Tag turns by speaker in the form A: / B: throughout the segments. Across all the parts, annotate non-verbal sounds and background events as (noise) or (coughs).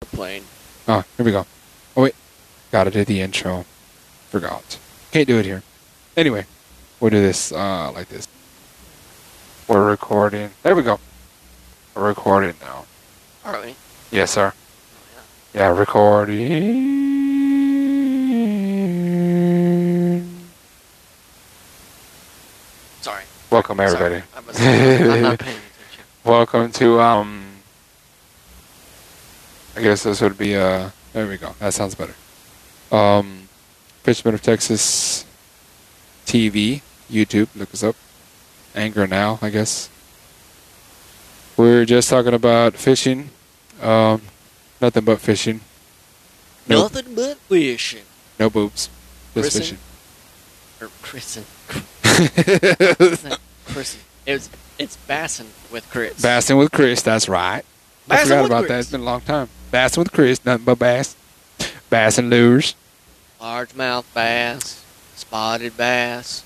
A: playing.
B: Ah, here we go. Oh wait, gotta do the intro. Forgot. Can't do it here. Anyway, we'll do this uh, like this. We're recording. There we go. We're recording now.
A: Are we?
B: Yes, sir. Yeah, recording.
A: Sorry.
B: Welcome
A: Sorry.
B: everybody.
A: I must- I'm not paying
B: (laughs)
A: attention.
B: Welcome to um. I guess this would be uh. There we go. That sounds better. Um, Fisherman of Texas TV YouTube. Look us up. Anger now, I guess. We're just talking about fishing. Um, nothing but fishing. No,
A: Nothing but fishing.
B: no boobs. Just
A: Kristen?
B: fishing.
A: Or Kristen.
B: (laughs)
A: Kristen. Kristen. It was, it's Bassin with Chris.
B: Bassin with Chris. That's right. I
A: Bassin
B: forgot
A: with
B: about that.
A: Chris.
B: It's been a long time. Bassin with Chris. Nothing but bass. Bass and lures.
A: Largemouth bass, spotted bass,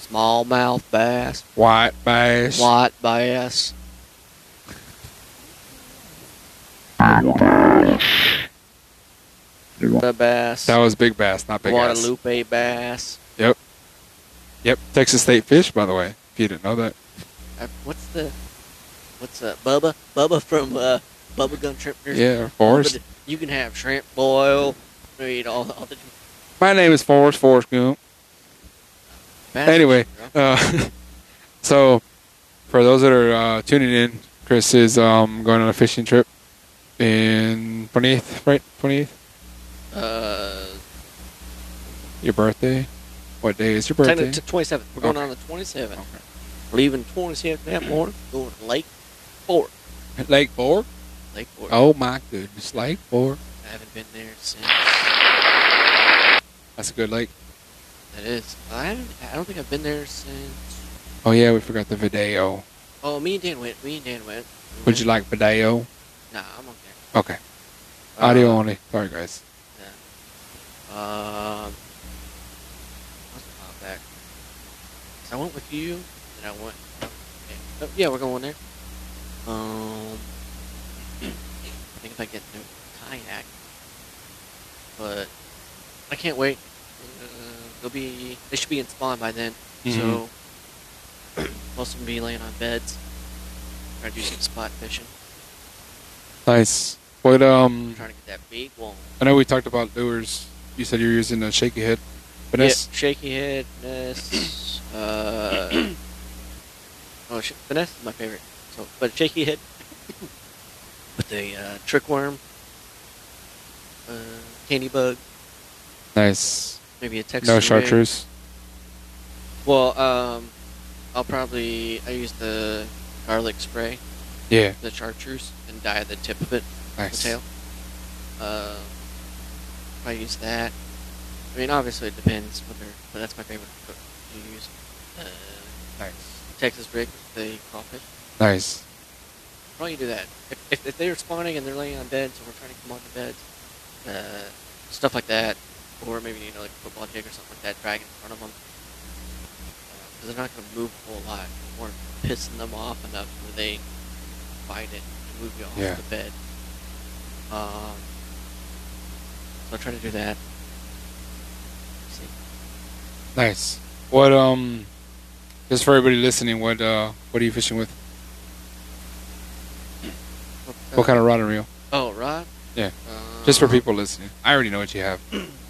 A: smallmouth bass,
B: White bass.
A: white bass. The bass.
B: That was big bass, not big ass.
A: Guadalupe bass.
B: Yep, Texas State fish, by the way. If you didn't know that,
A: Uh, what's the what's uh Bubba Bubba from uh Bubba Gun Shrimp Nursery?
B: yeah, Forrest.
A: Bubba- You can have shrimp boil. You eat all, all the
B: My name is Forrest Forrest Goom.
A: bass.
B: Anyway,
A: bro.
B: uh, (laughs) so for those that are uh, tuning in, Chris is um, going on a fishing trip in 28th, right? 28th,
A: Uh,
B: your birthday. What day is your birthday?
A: technically twenty seventh. We're going
B: Okay.
A: on the twenty seventh.
B: Okay.
A: Leaving twenty seventh
B: (clears throat)
A: that morning. Going to Lake Fort.
B: Lake Fork.
A: Lake Fort.
B: Oh my goodness, Lake Fork.
A: I haven't been there since.
B: That's a good lake.
A: That is. I haven't. I don't think I've been there since.
B: Oh yeah, we forgot the video.
A: Oh, me and Dan went. Me and Dan went. We
B: Would you
A: went-
B: like video?
A: Nah, I'm okay.
B: Okay, audio
A: Uh,
B: only. Sorry guys.
A: Um, what's the pop back? 'Cause I went with you, and I went. Yeah, oh, yeah, we're going there. Um, (clears throat) I think if I get into a kayak, but I can't wait. Uh, they'll be. They should be in spawn by then. So (clears throat) most of them be laying on beds. Trying to do some spot fishing.
B: Nice. What um?
A: Trying to get that big one.
B: I know we talked about lures. You said you're using a shaky head, but
A: Yeah,
B: that's
A: shaky head, finesse.
B: (clears throat)
A: uh, oh, sh- finesse is my favorite. So, but shaky head (laughs) with the uh, trick worm, uh, candy bug,
B: nice.
A: maybe a Texas.
B: No
A: rig.
B: chartreuse.
A: Well, um, I'll probably I use the garlic spray,
B: Yeah,
A: the chartreuse, and dye the tip of it,
B: nice.
A: the tail. Uh, I use that. I mean, obviously it depends what they're, but that's my favorite. But you use. Uh,
B: Nice.
A: Texas rig with the crawfish.
B: Nice.
A: Why don't you do that? If, if, if they're spawning and they're laying on beds and we're trying to come on the beds, uh, stuff like that, or maybe you know like a football jig or something like that, drag in front of them, because they're not going to move a whole lot. We're pissing them off enough where they find it and move you off
B: Yeah.
A: the bed. Um, so I try to do that. See,
B: Nice. What um? Just for everybody listening, what uh, what are you fishing with? What kind of rod and reel?
A: Oh, rod.
B: Yeah. Just for
A: Um,
B: people listening. I already know what you have,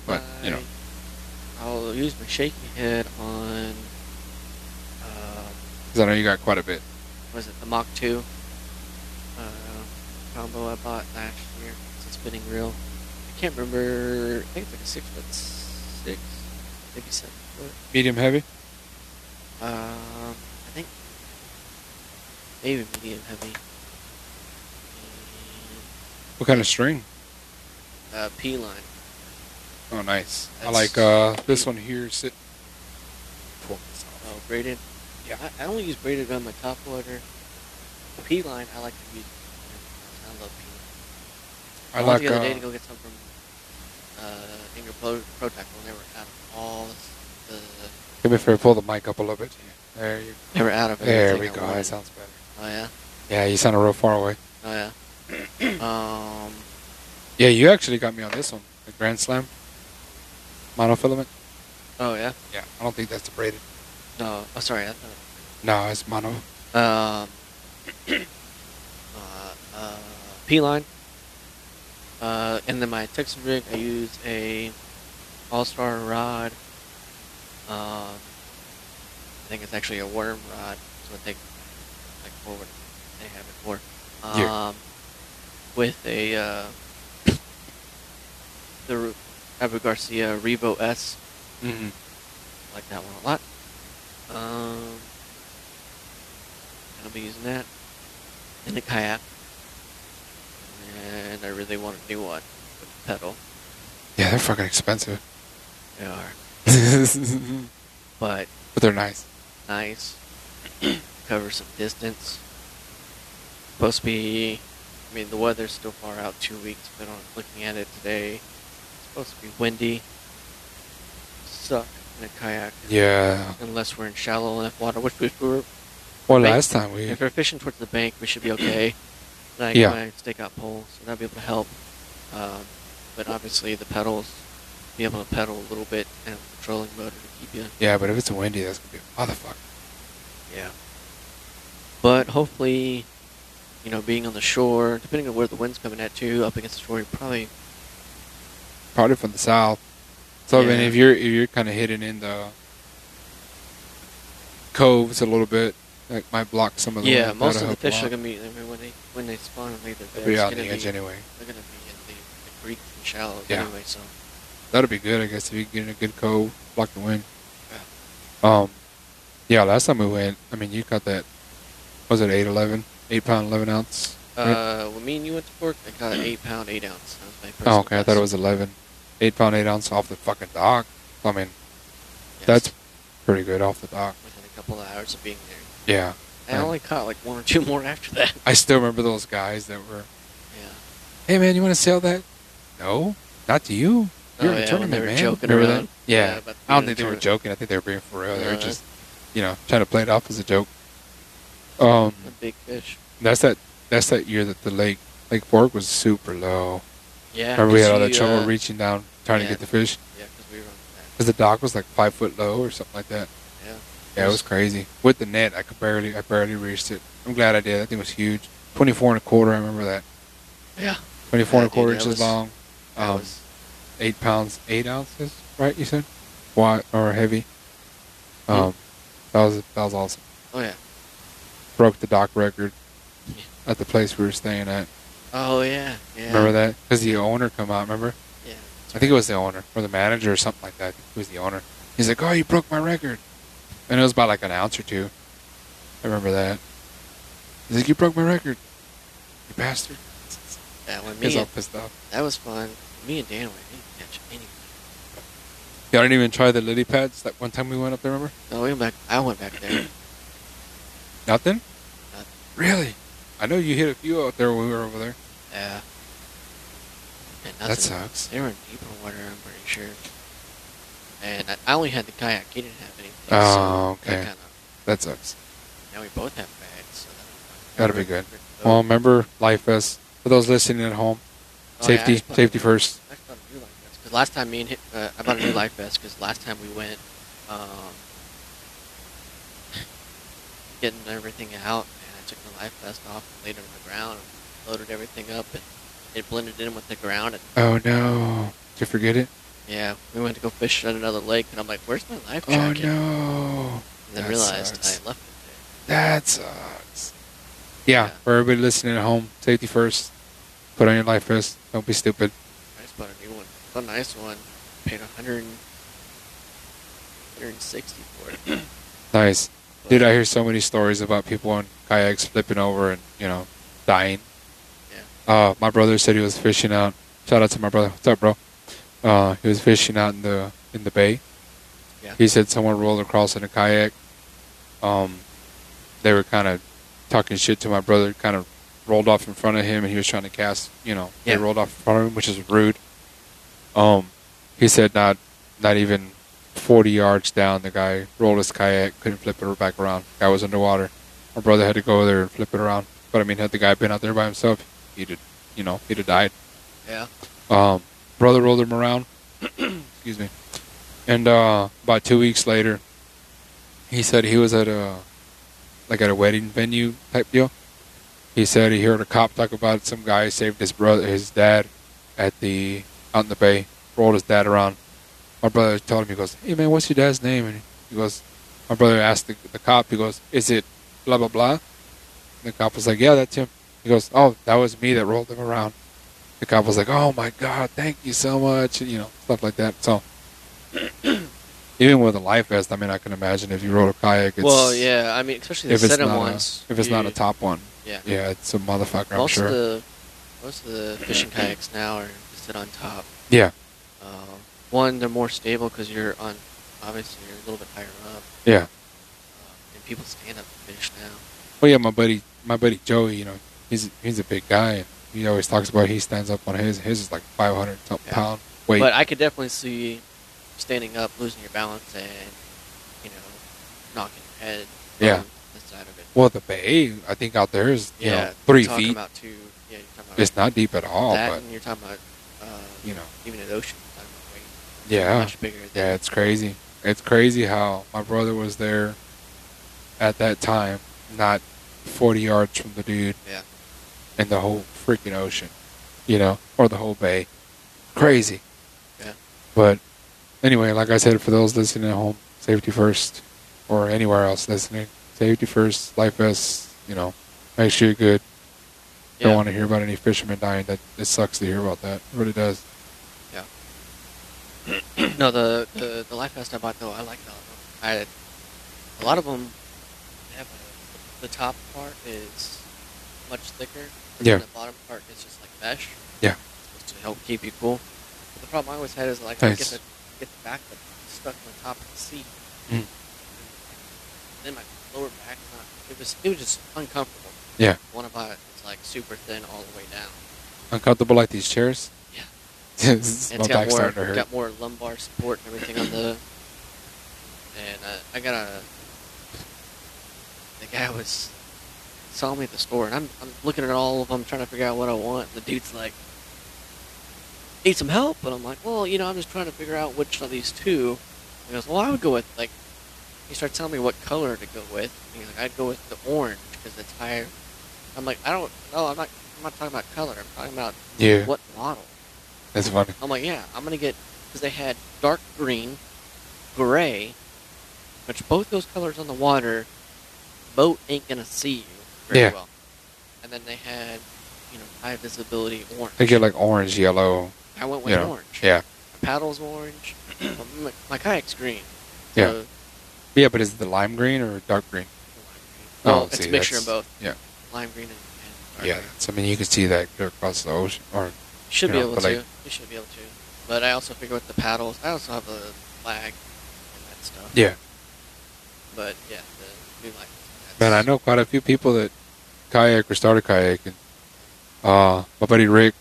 B: but you know.
A: I- I'll use my shaky head on. Uh,
B: 'Cause I know you got quite a bit.
A: was it the Mach 2 uh, combo I bought last year? It's a spinning reel. I can't remember. I think it's like a six foot six, maybe seven foot.
B: Medium heavy.
A: Um, I think maybe medium heavy.
B: What kind of string?
A: And, uh, P line.
B: Oh, nice. I
A: That's-
B: like uh this one here. Sit. Pull this off.
A: Oh, braided.
B: Yeah.
A: I, I only use braided on my top water. P line, I like to use. I love P line.
B: I
A: went
B: like
A: the other day to
B: uh,
A: go get some from uh, Inger Pro, Pro Tackle, and they were out of all the.
B: Give me a favor, pull the mic up a little bit. There you
A: They were out of.
B: go. There we
A: everything I
B: go. That
A: wanted.
B: sounds better.
A: Oh yeah,
B: (clears throat) Yeah, you sounded real far away.
A: oh yeah. um,
B: Yeah, you actually got me on this one. The Grand Slam. Monofilament.
A: Oh yeah.
B: Yeah, I don't think that's abraded.
A: No. Oh, sorry. I thought
B: No, it's mono.
A: Um, uh, (coughs) uh, P line. Uh, and then my Texan rig, I use a All Star rod. Um, I think it's actually a worm rod. So I think like forward they have it for. Um,
B: Yeah.
A: with a uh, (coughs) the Ru- Abu Garcia Revo S.
B: Mm-hmm.
A: I like that one a lot. Um, and I'll be using that in the kayak. And I really want a new one with a pedal.
B: Yeah, they're fucking (laughs) expensive.
A: They are,
B: but
A: but
B: they're nice.
A: nice. (clears throat) Cover some distance. Supposed to be. I mean, the weather's still far out. Two weeks, but I'm looking at it today. It's supposed to be windy. Suck in a kayak.
B: Yeah.
A: Unless we're in shallow enough water, which we were
B: Well,
A: Right.
B: last time we.
A: If we're fishing towards the bank, we should be okay. Like
B: Yeah.
A: my stakeout pole, so that'll be able to help. Um, but obviously the pedals, be able to pedal a little bit and controlling motor to keep you.
B: Yeah, but if it's windy, that's gonna be a motherfucker.
A: Yeah. But hopefully, you know, being on the shore, depending on where the wind's coming at too, up against the shore, you probably
B: Probably from the south. So I mean,
A: Yeah.
B: if you're if you're kind of hidden in the coves a little bit, that might block some of the.
A: yeah,
B: wind.
A: most
B: That'll
A: of the
B: help a
A: fish are
B: lot.
A: gonna be I mean, when they when they spawn and leave their
B: They'll
A: beds.
B: be
A: it's
B: out on
A: gonna
B: the edge
A: be-
B: anyway.
A: They're gonna be in the, the creek and shallows
B: Yeah.
A: anyway, so
B: That'll be good, I guess, if you can get in a good cove, block the wind.
A: yeah.
B: Um, yeah, last time we went, I mean, you got that. Was it 811? 8 pound, 11 ounce? right?
A: Uh, when me and you went to Fork, I got an eight pound, eight ounce. That was my personal
B: oh, okay. I thought it
A: best.
B: was 11. 8 pound, 8 ounce off the fucking dock. I mean,
A: Yes,
B: that's pretty good off the dock.
A: within a couple of hours of being there.
B: Yeah.
A: I
B: Right.
A: only caught like one or two more after that.
B: I still remember those guys that were,
A: Yeah.
B: hey, man, you want to sell that? No, not to you. You're
A: oh, yeah,
B: in a
A: when
B: tournament,
A: they were
B: man.
A: joking
B: remember
A: around.
B: that? Yeah.
A: about
B: I don't
A: being in
B: think they
A: a
B: were
A: tournament. Uh-huh.
B: joking. I think they were being for real.
A: No,
B: they were
A: that's-
B: just, you know, trying to play it off as a joke. Um,
A: The big fish.
B: That's that. That's that year that the lake Lake Fork was super low.
A: Yeah.
B: Remember we had all that
A: you,
B: trouble
A: uh,
B: reaching down trying
A: yeah.
B: to get the fish
A: Yeah, because we were on
B: because the dock was like five foot low or something like
A: that.
B: that.
A: Yeah.
B: Yeah, it was crazy. With the net, I could barely, I barely reached it. I'm glad I did. That thing was huge. 24 and a quarter. I remember that.
A: Yeah.
B: um, 24 and
A: Yeah,
B: a quarter
A: dude, that
B: inches
A: was-
B: long.
A: That
B: Um,
A: was,
B: eight pounds, eight ounces, right? You said, wide or heavy. Um, that was that was awesome.
A: oh yeah.
B: Broke the dock record
A: Yeah.
B: at the place we were staying at.
A: Oh yeah. Yeah.
B: Remember that? Because the owner come out. Remember?
A: Yeah.
B: I think it was the owner or the manager or something like that. It was the owner. He's like, "Oh, you broke my record," and it was by like an ounce or two. I remember that. He's like, "You broke my record, you bastard."
A: That one. Me
B: He's all
A: and,
B: pissed off.
A: that was fun. Me and Dan were didn't catch anything.
B: Y'all didn't even try the lily pads that one time we went up there. Remember?
A: No, we went back. I went back there.
B: (coughs) Nothing.
A: Nothing.
B: Really? I know you hit a few out there when we were over there.
A: Yeah. And
B: That
A: nothing-
B: sucks.
A: They were in deeper water, I'm pretty sure. And I, I only had the kayak. He didn't have anything.
B: Oh,
A: so that
B: okay.
A: kinda-
B: That sucks.
A: now we both have bags. So that-
B: That'll be good.
A: Oh,
B: Well, remember life vest for those listening at home.
A: Oh, yeah,
B: safety,
A: I just bought-
B: safety first.
A: I just bought a new life vest. 'Cause last time me and hi- uh, I bought
B: (clears throat)
A: a new life vest because last time we went, um, getting everything out, and I took the life vest off and laid it on the ground and loaded everything up, and it blended in with the ground. And
B: Oh no! Did you forget it?
A: yeah, we went to go fish at another lake, and I'm like, "Where's my life
B: Oh
A: jacket?"
B: no!
A: And then
B: That
A: realized I
B: sucks.
A: left it
B: That sucks. Yeah,
A: Yeah.
B: for everybody listening at home, safety first. Put on your life vest. Don't be stupid.
A: there. I just bought a new one. It's a nice one. Paid 100, 160 for it.
B: Nice,
A: But,
B: dude. I hear so many stories about people on kayaks flipping over and you know dying.
A: Yeah.
B: Uh, my brother said he was fishing out. Shout out to my brother. What's up, bro? Uh, he was fishing out in the in the bay.
A: Yeah.
B: He said someone rolled across in a kayak. Um, they were kind of talking shit to my brother. Kind of rolled off in front of him, and he was trying to cast. You know,
A: Yeah.
B: they rolled off in front of him, which is rude. Um, he said not not even forty yards down, the guy rolled his kayak, couldn't flip it back around. Guy was underwater. My brother had to go there and flip it around. But I mean, had the guy been out there by himself, he'd have, you know he'd have died.
A: yeah.
B: Um, brother rolled him around. (clears throat) Excuse me. And uh, about two weeks later, he said he was at a like at a wedding venue type deal. He said he heard a cop talk about some guy saved his brother, his dad, at the out in the bay. Rolled his dad around. My brother told him, he goes, "Hey man, what's your dad's name?" And he goes, "My brother asked the, the cop. He goes, is it blah blah blah?" And the cop was like, "Yeah, that's him." He goes, "Oh, that was me that rolled him around." The cop was like, "Oh my god, thank you so much," you know, stuff like that. So, (clears throat) even with a life vest, I mean, I can imagine if you rode a kayak, it's,
A: well, yeah, I mean, especially
B: if
A: the
B: it's
A: set 'em
B: not a-
A: ones.
B: if it's
A: you-
B: not a top one,
A: yeah,
B: yeah, it's a motherfucker, I'm
A: most
B: sure.
A: of the most of the fishing kayaks now are sit on top.
B: yeah,
A: Uh, one, they're more stable because you're on, obviously, you're a little bit higher up,
B: yeah.
A: uh, and people stand up to fish now.
B: Well, yeah, my buddy, my buddy Joey, you know, he's he's a big guy, and he always talks about he stands up on his. His is like 500 something
A: Yeah.
B: pound weight.
A: But I could definitely see standing up, losing your balance, and you know, knocking your head.
B: Yeah.
A: on The side of it.
B: well, the bay, I think out there is you
A: yeah.
B: know three
A: talking
B: feet.
A: About two, yeah, you're talking about
B: It's not deep at all,
A: that,
B: but
A: and you're talking about uh,
B: you know,
A: even at ocean. you're talking about weight.
B: Yeah.
A: Much bigger. Than
B: yeah, it's crazy. It's crazy how my brother was there at that time, not 40 yards from the dude,
A: Yeah.
B: and the whole freaking ocean, you know, or the whole bay. Crazy.
A: Yeah.
B: But anyway, like I said, for those listening at home, safety first, or anywhere else listening, safety first, life vests, you know, make sure you're good.
A: Yeah.
B: Don't want to hear about any fishermen dying. That it sucks to hear about that. It really does.
A: No, the, the the life vest I bought though, I like that one. I a lot of them have a, the top part is much thicker. and
B: Yeah.
A: The bottom part is just like mesh.
B: Yeah.
A: It's supposed to help keep you cool. But the problem I always had is like I get
B: Nice.
A: the get the back that's stuck on the top of the seat.
B: Mm.
A: Then my lower back, not, it was it was just uncomfortable.
B: Yeah.
A: One of it is like super thin all the way down.
B: Uncomfortable like these chairs.
A: Yeah.
B: (laughs) This is
A: And
B: my
A: it's got
B: back
A: more,
B: starting to hurt.
A: got more lumbar support and everything on the. And uh, I got a. The guy was saw me at the store, and I'm I'm looking at all of them, trying to figure out what I want. And the dude's like, "Need some help?" And I'm like, "Well, you know, I'm just trying to figure out which of these two. He goes, "Well, I would go with like." He started telling me what color to go with. And he's like, "I'd go with the orange because it's higher." I'm like, "I don't. No, I'm not. I'm not talking about color. I'm talking about
B: Yeah.
A: what model."
B: That's funny.
A: I'm like, yeah, I'm gonna get because they had dark green, gray, which both those colors on the water, boat ain't gonna see you very
B: Yeah.
A: well. And then they had, you know, high visibility orange.
B: They get like orange, yellow.
A: I went with
B: You know,
A: orange.
B: yeah,
A: My paddle's
B: (clears throat)
A: orange. my, my kayak's green.
B: Yeah.
A: So-
B: yeah. But is it the lime green or dark green? Oh,
A: Well, it's
B: see,
A: a mixture of
B: that's-
A: both
B: Yeah,
A: lime green and, and dark
B: yeah.
A: green.
B: So I mean, you can see that clear across the ocean. Or
A: You should
B: You
A: be
B: know,
A: able
B: but,
A: to.
B: like-
A: you should be able to. But I also figure with the paddles, I also have a flag and that stuff.
B: yeah,
A: But yeah, the new life.
B: man, I know quite a few people that kayak or started kayaking. Uh, my buddy Rick.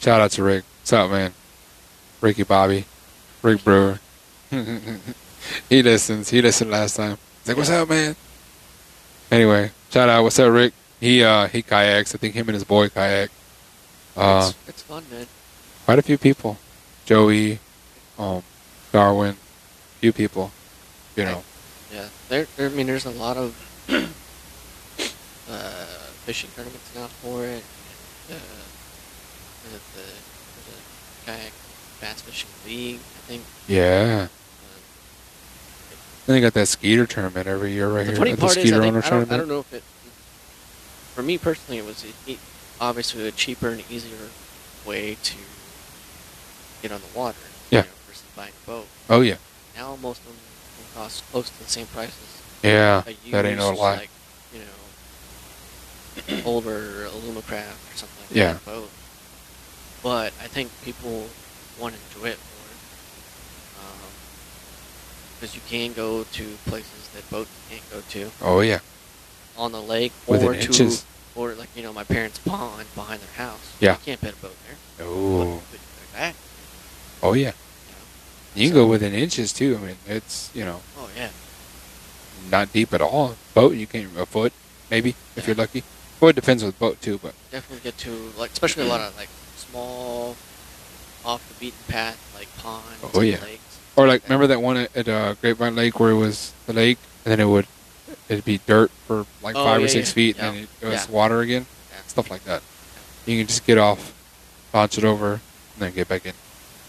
B: Shout out to Rick. What's up, man? Ricky Bobby, Rick Brewer. (laughs) he listens. He listened last time. He's like, "What's up, man?" Anyway, shout out. What's up, Rick? He uh he kayaks. I think him and his boy kayak. Uh,
A: it's, it's fun, man.
B: quite a few people. Joey, um, Darwin, few people. You know,
A: Yeah, there. there I mean, there's a lot of (clears throat) uh, fishing tournaments now for it. And, uh, the, the, the kayak bass fishing league, I think.
B: yeah.
A: Uh,
B: Then they got that skeeter tournament every year right
A: the
B: here.
A: funny
B: at
A: part
B: the
A: is, I,
B: skeeter
A: think,
B: owner
A: I, don't, I don't
B: tournament.
A: know if it. For me personally, it was e- obviously a cheaper and easier way to get on the water.
B: Yeah.
A: You know, versus buying a boat.
B: Oh yeah,
A: Now most of them can cost close to the same price as
B: yeah.
A: a used,
B: That ain't no lie.
A: like, you know, (clears throat) older Alumacraft or something like
B: Yeah.
A: that boat. But I think people want to enjoy it more. Because you can go to places that boats can't go to
B: oh yeah,
A: on the lake
B: within
A: or to,
B: inches.
A: or like, you know, my parents' pond behind their house.
B: Yeah.
A: You can't put a boat there.
B: Oh,
A: But, but they're back,
B: oh yeah.
A: you know.
B: You can go within inches too. I mean, it's you know
A: Oh, yeah.
B: not deep at all. Boat, you can a foot maybe if you're lucky. Well, it depends with boat too, but
A: Definitely get to, like, especially a lot of, like, small off the beaten path, like ponds,
B: Oh,
A: and
B: yeah.
A: lakes.
B: Or like, remember that one at, at uh, Grapevine Lake where it was the lake, and then it would it'd be dirt for like
A: Oh,
B: five or
A: yeah,
B: six
A: yeah,
B: feet,
A: yeah,
B: and then it was
A: yeah.
B: water again.
A: Yeah.
B: Stuff like that. You can just get off, launch it over, and then get back in.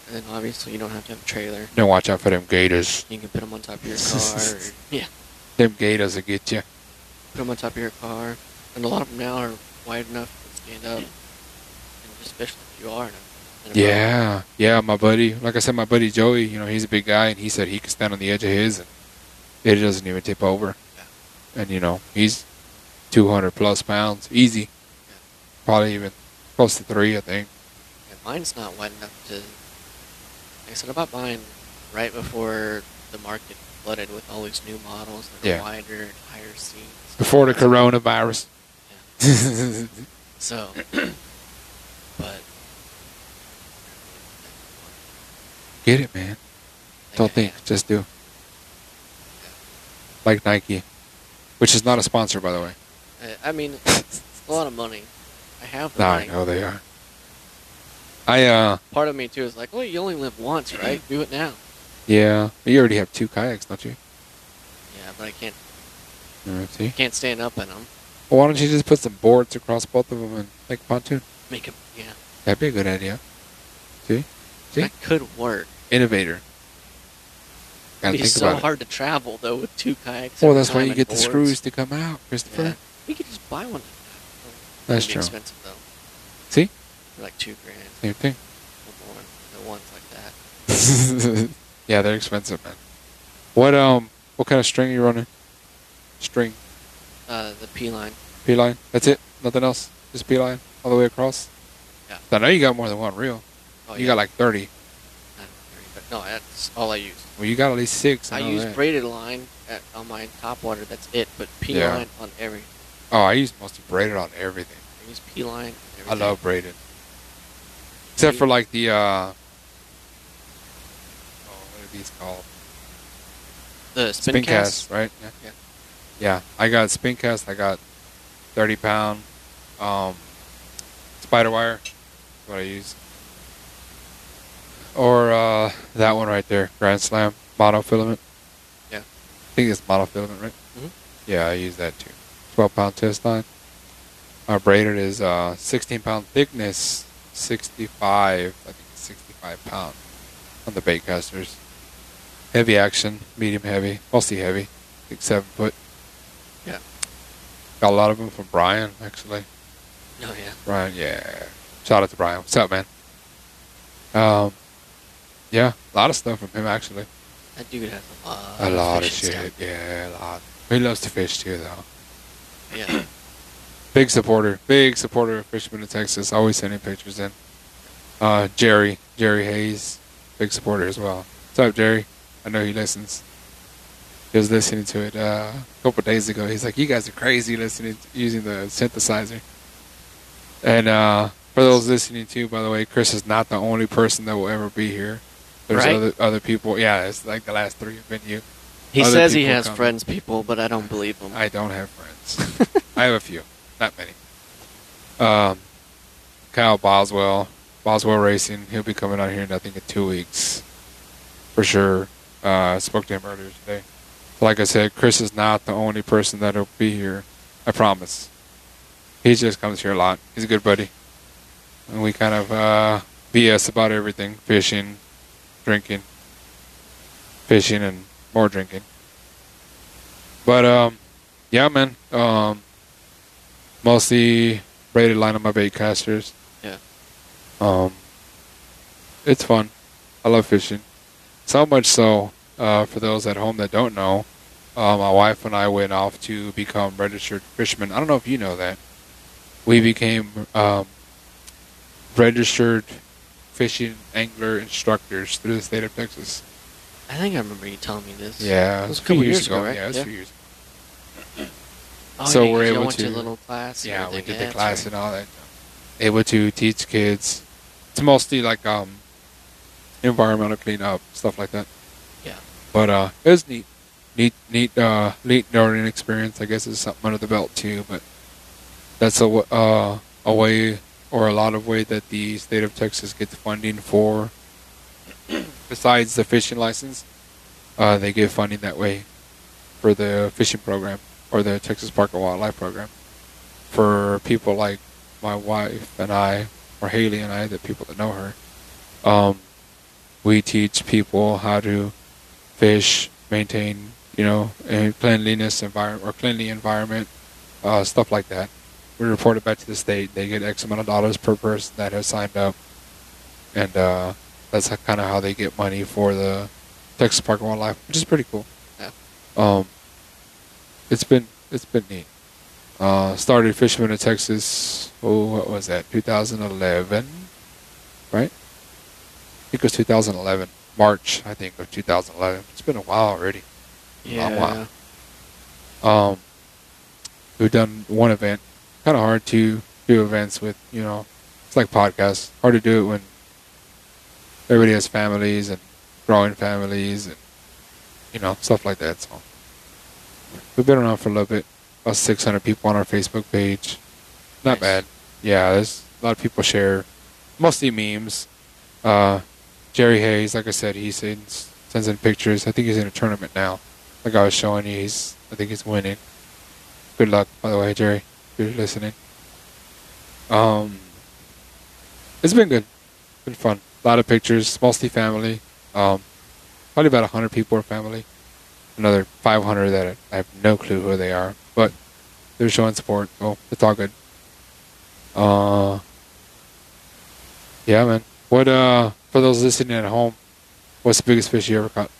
A: And then obviously you don't have to have a trailer.
B: Don't watch out for them gators.
A: You can put them on top of
B: (laughs)
A: your car. or- yeah,
B: Them gators will get you.
A: put them on top of your car. And a lot of them now are wide enough to stand up, and especially if you are. In a, in a
B: Yeah, yeah, my buddy. Like I said, my buddy Joey. You know, he's a big guy, and he said he could stand on the edge of his, and it doesn't even tip over. And you know, he's two hundred plus pounds, easy. Probably even close to three, I think.
A: boat. And mine's not wide enough to. Like I said about mine right before the market flooded with all these new models that
B: Yeah.
A: are wider and higher seats.
B: Before the coronavirus.
A: Yeah. So,
B: (clears throat)
A: but
B: Get it, man. Don't think, just do. Like Nike, which is not a sponsor, by the way.
A: I- I mean, it's a lot of money. I have the
B: No, I
A: money.
B: know they are. I uh,
A: Part of me too is like, well, you only live once, right?
B: (clears throat)
A: Do it now.
B: yeah. You already have two kayaks, don't you?
A: Yeah, but I can't
B: Yeah, see.
A: can't stand up in them.
B: Well, why don't you just put some boards across both of them and make a pontoon?
A: Make them. Yeah,
B: That'd be a good idea. See, see,
A: that could work.
B: innovator.
A: It'd
B: Gotta
A: be
B: think
A: so
B: about
A: hard to travel though with two kayaks.
B: it. Well,
A: every
B: that's why
A: time
B: you
A: and
B: get the
A: boards.
B: screws to come out, Christopher.
A: Yeah. We could just buy one. Like that.
B: That's
A: It'd be
B: true.
A: Expensive though,
B: See,
A: for like two grand (laughs)
B: same thing.
A: or more. The ones like that.
B: yeah, they're expensive, man. What um, what kind of string are you running? String,
A: Uh, the P line.
B: P line. That's it. Nothing else. Just P line all the way across.
A: Yeah.
B: I know you got more than one reel.
A: Oh,
B: you
A: yeah.
B: got like thirty.
A: I don't agree, but no, that's all I use.
B: Well, you got at least six.
A: I
B: know
A: use
B: that.
A: braided line at, on my top water. That's it. But P
B: Yeah.
A: line on every.
B: Oh, I use mostly braided on everything.
A: I use P line. on
B: I
A: everything.
B: love braided. Except for like the uh, oh, what are these called?
A: the spin,
B: spin
A: cast.
B: cast, right? Yeah.
A: Yeah.
B: Yeah, I got spin cast. I got thirty pound um, spider wire. That's what I use. Or uh, that one right there, Grand Slam monofilament.
A: Yeah.
B: I think it's monofilament, right?
A: Mhm.
B: Yeah, I use that too. Twelve pound test line. Our braided is uh, sixteen pound thickness, sixty five. I think it's sixty five pound on the bait casters. Heavy action, medium heavy, mostly heavy, like seven foot.
A: Yeah.
B: Got a lot of them from Brian, actually.
A: Oh yeah.
B: Brian, yeah. Shout out to Brian. What's up, man? Um, yeah, a lot of stuff from him, actually.
A: That dude has a lot.
B: a lot of
A: fishing
B: shit.
A: stuff.
B: Yeah, a lot. He loves to fish, too, though. (coughs)
A: Yeah.
B: Big supporter. Big supporter of Fishermen of Texas. Always sending pictures in. Uh, Jerry. Jerry Hayes. Big supporter as well. What's up, Jerry? I know he listens. He was listening to it uh, a couple days ago. He's like, you guys are crazy listening using the synthesizer. And uh, for those listening too, by the way, Chris is not the only person that will ever be here. There's
A: Right.
B: other other people. Yeah, it's like the last three have been you.
A: He
B: Other
A: says he
B: people
A: has
B: come.
A: friends, people, but I don't believe him. (laughs)
B: I don't have friends. I have a few, not many. Um, Kyle Boswell, Boswell Racing. He'll be coming out here, in, I think, in two weeks, for sure. Uh, I spoke to him earlier today. Like I said, Chris is not the only person that'll be here. I promise. He just comes here a lot. He's a good buddy, and we kind of uh, BS about everything: fishing, drinking, fishing, and more drinking. But um, yeah, man. Um, mostly braided line on my bait casters.
A: yeah.
B: Um, it's fun. I love fishing. So much so, uh, for those at home that don't know, uh, my wife and I went off to become registered fishermen. I don't know if you know that. We became um, registered fishing angler instructors through the state of Texas.
A: I think I remember you telling me this.
B: Yeah,
A: It was a
B: few
A: couple years ago, right?
B: Yeah, it was a
A: Yeah.
B: few years ago.
A: Oh,
B: So
A: yeah, 'cause
B: we're
A: y'all
B: able
A: went to, a
B: to-
A: little class. and
B: Yeah, we
A: everything.
B: did
A: Yeah,
B: the
A: that's
B: class
A: right.
B: and all that. Able to teach kids. It's mostly like um, environmental cleanup stuff like that.
A: Yeah.
B: But uh, it was neat, neat, neat, uh, neat learning experience. I guess it's something under the belt too. But that's a w- uh, a way or a lot of way that the state of Texas gets funding (clears throat) for, besides the fishing license, uh, they give funding that way for the fishing program or the Texas Park and Wildlife program for people like my wife and I, or Haley and I, the people that know her. Um, we teach people how to fish, maintain, you know, a cleanliness environment or cleanly environment, uh, stuff like that. We report it back to the state. They get X amount of dollars per person that has signed up, and uh, that's kind of how they get money for the Texas Park and Wildlife, which is pretty cool.
A: Yeah.
B: Um, it's been it's been neat. Uh, started Fisherman of Texas. Oh, what was that? 2011, right? I think it was 2011, March. I think of 2011. It's been a while already.
A: Yeah.
B: oh, wow. Um, we've done one event. Kind of hard to do events with, you know, it's like podcasts. Hard to do it when everybody has families and growing families and, you know, stuff like that. So we've been around for a little bit. About 600 people on our Facebook page. Not
A: Nice.
B: bad. Yeah, there's a lot of people share mostly memes. Uh, Jerry Hayes, like I said, he sends sends in pictures. I think he's in a tournament now. Like I was showing you, he's I think he's winning. Good luck, by the way, Jerry. If you're listening. Um, it's been good, been fun. A lot of pictures, mostly family. Um, probably about hundred people are family. Another five hundred that I have no clue who they are, but they're showing support. So it's all good. Uh, yeah, man. What uh for those listening at home, what's the biggest fish you ever caught?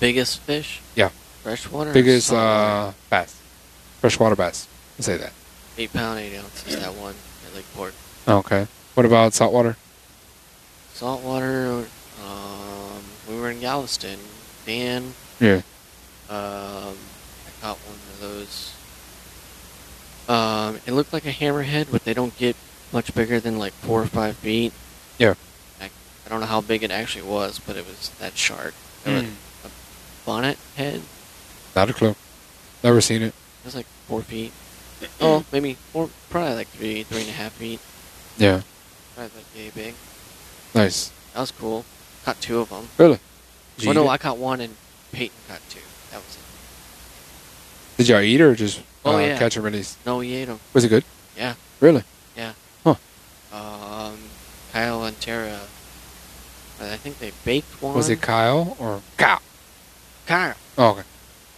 A: Biggest fish?
B: Yeah.
A: Freshwater? or
B: biggest
A: saltwater?
B: uh bass, freshwater bass. Let's say that.
A: Eight pound, eight ounces, that one at Lakeport.
B: Okay. What about saltwater?
A: Saltwater, um, we were in Galveston. Dan,
B: Yeah.
A: um, I caught one of those. Um, it looked like a hammerhead, but they don't get much bigger than like four or five feet.
B: Yeah.
A: I, I don't know how big it actually was, but it was that shark. It
B: Hmm.
A: was a bonnet head. It
B: Not a clue. Never seen it.
A: was like four feet.
B: (clears throat)
A: Oh, maybe four, probably like three, three and a half feet.
B: Yeah.
A: Probably like yay big.
B: Nice.
A: That was cool. Caught two of them.
B: Really? Did you
A: Well, no,
B: eat
A: I
B: it?
A: caught one and Peyton caught two. That was it.
B: Did y'all eat it or just
A: Oh,
B: uh,
A: yeah.
B: catch and release?
A: No, we ate them.
B: Was it good?
A: Yeah,
B: Really?
A: yeah.
B: Huh.
A: Um, Kyle and Tara, uh, I think they baked one.
B: Was it Kyle or Kyle?
A: Kyle?
B: Oh, okay.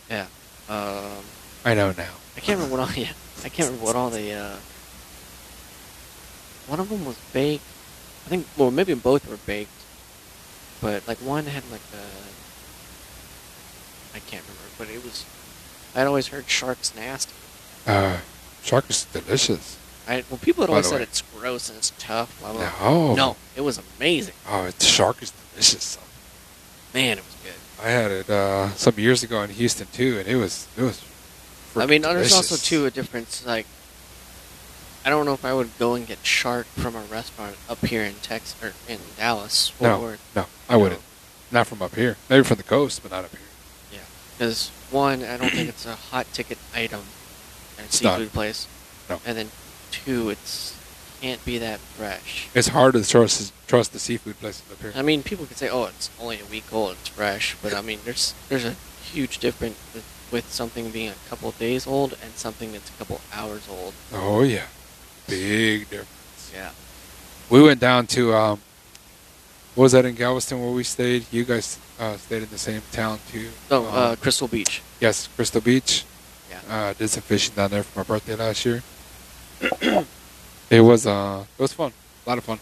A: Yeah. Um,
B: I know now.
A: I can't remember what all. (laughs) Yeah, I can't remember what all the. Uh, one of them was baked. I think. Well, maybe both were baked, but like one had like a. I can't remember, but it was. I'd always heard sharks nasty.
B: Uh, shark is delicious.
A: I well, people had
B: By
A: always
B: the
A: said
B: way.
A: it's gross and it's tough. Blah, blah.
B: No.
A: No, it was amazing.
B: Oh, it's, shark is delicious.
A: Man, it was good.
B: I had it uh, some years ago in Houston too, and it was it was.
A: I mean,
B: freaking
A: there's also
B: delicious.
A: too a difference. Like, I don't know if I would go and get shark from a restaurant up here in Texas or in Dallas. Fort
B: No,
A: Worth.
B: no, I wouldn't. Not from up here. Maybe from the coast, but not up here.
A: Yeah, because one, I don't think it's a hot ticket item at a
B: It's not.
A: seafood place,
B: No,
A: and then two, it's can't be that fresh.
B: it's hard to trust trust the seafood places up here.
A: I mean, people could say, "Oh, it's only a week old, it's fresh," but I mean, there's there's a huge difference with, with something being a couple days old and something that's a couple hours old.
B: oh yeah, big difference.
A: Yeah.
B: We went down to um, what was that in Galveston where we stayed? You guys uh, stayed in the same town too.
A: So,
B: Um,
A: uh, Crystal Beach.
B: yes, Crystal Beach.
A: Yeah.
B: uh, did some fishing down there for my birthday last year. (clears throat) it was uh, it was fun, a lot of fun.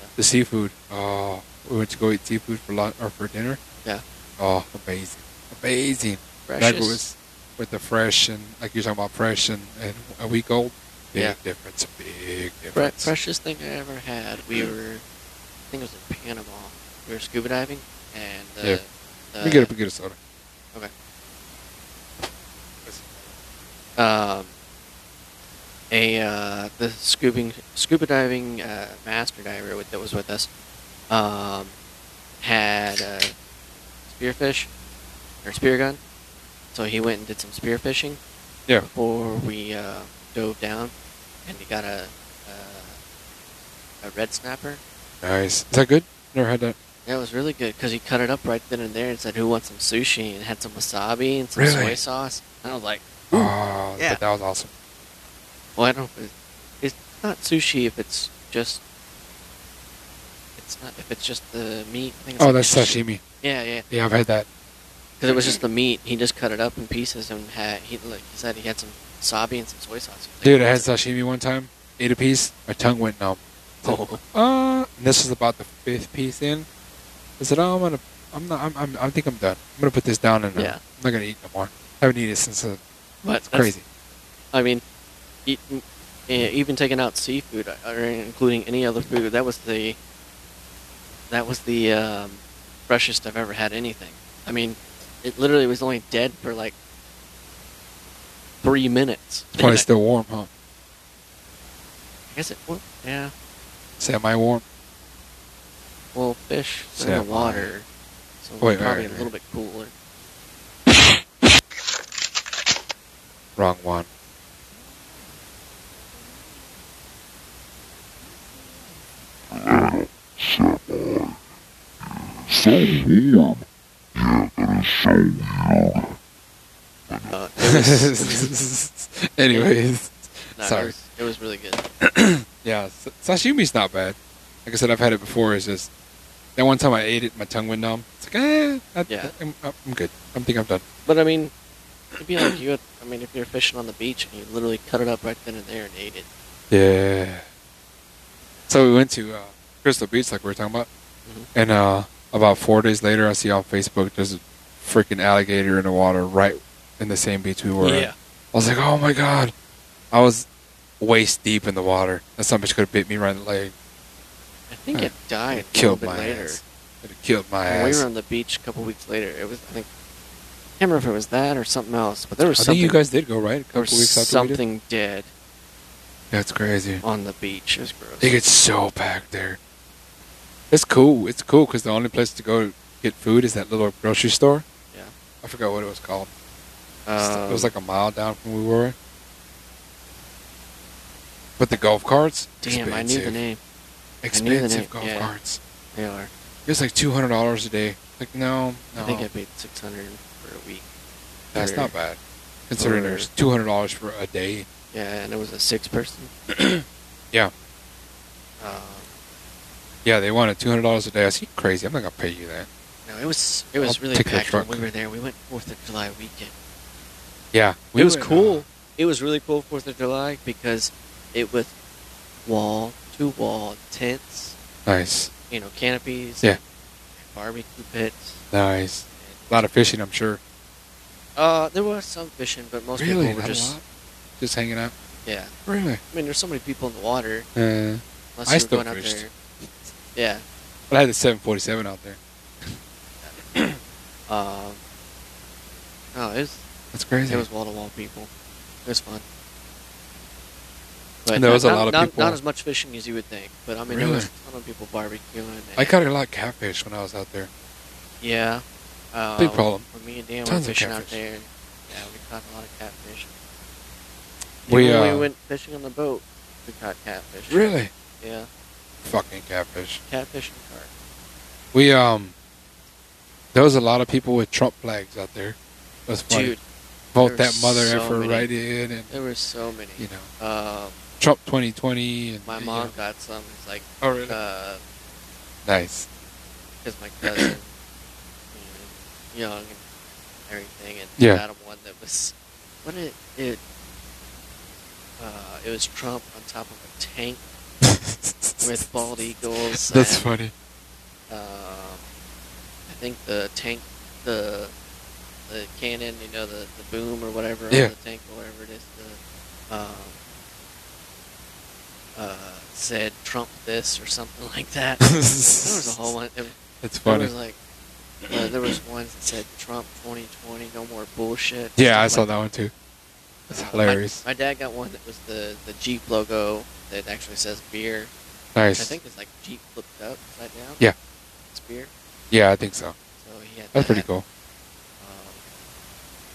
A: Yeah.
B: The seafood. Oh, we went to go eat seafood for lunch or for dinner.
A: Yeah.
B: Oh, amazing, amazing. Like it
A: Freshest.
B: was with the fresh and like you're talking about fresh and, and a week old. Big
A: Yeah.
B: difference. Big
A: Fre-
B: difference.
A: freshest thing I ever had. We were, I think it was in Panama. We were scuba diving, and uh,
B: Yeah.
A: the,
B: Let me get a, get a soda.
A: Okay. Um, a uh, the scuba scuba diving uh, master diver with, that was with us um, had a spearfish or spear gun, so he went and did some spearfishing
B: Yeah.
A: before we uh, dove down, and he got a, a a red snapper.
B: Nice. Is that good? Never had that.
A: That was really good because he cut it up right then and there and said, "Who wants some sushi?" and had some wasabi and some soy
B: Really?
A: sauce. And I was like, Ooh,
B: Oh,
A: yeah.
B: but that was awesome.
A: "Well, I don't. It's, it's not sushi if it's just. It's not if it's just the meat." I think it's
B: Oh,
A: like
B: that's
A: sushi.
B: sashimi.
A: Yeah, yeah.
B: Yeah, I've had that.
A: Because it was
B: Mm-hmm.
A: just the meat. He just cut it up in pieces and had he like he said he had some wasabi and some soy sauce. Like,
B: Dude, I had sashimi one time. Ate a piece. My tongue went numb.
A: Oh.
B: Uh, and this is about the fifth piece in. I said, "Oh, I'm gonna, I'm not, I'm, I'm, I think I'm done. I'm gonna put this down and uh,
A: Yeah.
B: I'm not gonna eat no more. I haven't eaten it since. Uh,
A: But
B: it's
A: that's-
B: crazy.
A: I mean, eating, eh, even taking out seafood uh, or including any other food, that was the that was the um, freshest I've ever had anything. I mean, it literally was only dead for like three minutes.
B: It's probably still warm, huh?
A: I guess it. Well, yeah.
B: Semi warm.
A: Well, fish in
B: Salmon.
A: the water, so
B: Wait,
A: probably
B: wait,
A: a
B: wait.
A: little bit cooler.
B: Wrong one.
C: So warm. Yeah, it is so warm.
B: (laughs)
A: Uh, it was, (laughs)
B: Anyways, (laughs)
A: no, it
B: Sorry.
A: was- it was really good.
B: yeah, s- sashimi's not bad. Like I said, I've had it before. It's just that one time I ate it, my tongue went numb. It's like, eh, I,
A: Yeah.
B: I'm, I'm good. I think I'm done.
A: But I mean, it'd be like you. I mean, if you're fishing on the beach and you literally cut it up right then and there and ate it.
B: Yeah. So we went to uh, Crystal Beach, like we were talking about,
A: Mhm.
B: and uh, about four days later, I see on Facebook there's a freaking alligator in the water right in the same beach we were. at.
A: Yeah.
B: I was like, oh my god, I was waist deep in the water. That son bitch could have bit me right in the leg.
A: I think
B: Huh.
A: it died a little
B: Hmm. killed
A: bit
B: my
A: later.
B: ass. It killed my
A: When we
B: ass.
A: were on the beach a couple weeks later, it was I think I can't remember if it was that or something else, but there
B: I
A: was
B: think
A: something.
B: you guys did go right a
A: there
B: couple
A: was
B: weeks after we did?
A: something dead
B: That's crazy.
A: on the beach. It was gross.
B: They get so packed there. It's cool. It's cool because the only place to go get food is that little grocery store.
A: yeah.
B: I forgot what it was called.
A: Um,
B: it was like a mile down from where we were. But the golf carts,
A: damn.
B: expensive.
A: I knew the name. I knew the
B: Expensive
A: name,
B: golf
A: yeah.
B: carts.
A: They are.
B: It was like two hundred dollars a day. Like no, no,
A: I think I paid six hundred for a week.
B: Oh. that's
A: for-
B: not bad. Considering
A: for-
B: there's two hundred dollars for a day.
A: Yeah, and it was a six person.
B: (clears throat) Yeah,
A: Um,
B: yeah, they wanted two hundred dollars a day. I see, crazy. I'm not gonna pay you that.
A: no, it was it was
B: I'll
A: really
B: take the
A: packed when
B: truck.
A: we were there. We went Fourth of July weekend.
B: Yeah,
A: it was
B: went,
A: cool.
B: uh,
A: it was really cool Fourth of July because it was wall to wall tents,
B: nice,
A: you know, canopies,
B: Yeah.
A: barbecue pits.
B: nice.
A: And,
B: A lot of fishing, I'm sure.
A: uh, there was some fishing, but most
B: really,
A: people were
B: Not a
A: just
B: lot? just hanging out.
A: yeah.
B: Really.
A: I mean, there's so many people in the water.
B: Uh,
A: Unless
B: I
A: you're
B: still
A: going
B: fished.
A: out there,
B: but I had the 747 out there.
A: yeah. Um, no, it was
B: That's crazy.
A: it was wall to wall people. It was fun. But
B: And there
A: not-
B: was a
A: not-
B: lot of
A: not,
B: people-
A: Not as much fishing as you would think, but I mean, there was a
B: Really?
A: ton of people barbecuing.
B: I
A: and-
B: caught a lot of catfish when I was out there.
A: Yeah. Uh,
B: Big problem.
A: When me and Dan
B: Tons of
A: were fishing out
B: catfish.
A: there, yeah, we caught a lot of catfish.
B: We,
A: Even when
B: uh,
A: we went fishing on the boat, we caught catfish.
B: Really?
A: Yeah,
B: Fucking catfish.
A: catfish and carp.
B: We um, there was a lot of people with Trump flags out there. It was funny.
A: Dude,
B: Vote
A: there
B: that
A: were
B: mother
A: so
B: effer
A: many.
B: right in, and
A: there were so many.
B: you know
A: Um,
B: Trump 2020. And,
A: my
B: you
A: mom
B: know.
A: got some. It's like,
B: Oh really?
A: uh,
B: nice.
A: because my cousin, you know, young and everything, and
B: Yeah.
A: got him one that was what it it. Uh, it was Trump on top of a tank with bald eagles.
B: (laughs) That's
A: and-
B: funny.
A: um, I think the tank, the the cannon, you know, the, the boom or whatever
B: Yeah.
A: on the tank or whatever it is, the, um, uh, said Trump this or something (laughs) like
B: (laughs)
A: that. there was a whole one. It,
B: It's
A: there
B: funny.
A: was like, uh, there was ones that said Trump 2020, no more bullshit.
B: Yeah, I saw
A: Stuff
B: that one too. That's
A: like-
B: hilarious.
A: My, my dad got one that was the, the Jeep logo that actually says beer.
B: Nice.
A: I think it's like Jeep flipped up, upside down.
B: Yeah.
A: It's beer.
B: yeah, I think so.
A: So he had
B: That's
A: that.
B: pretty cool.
A: Um,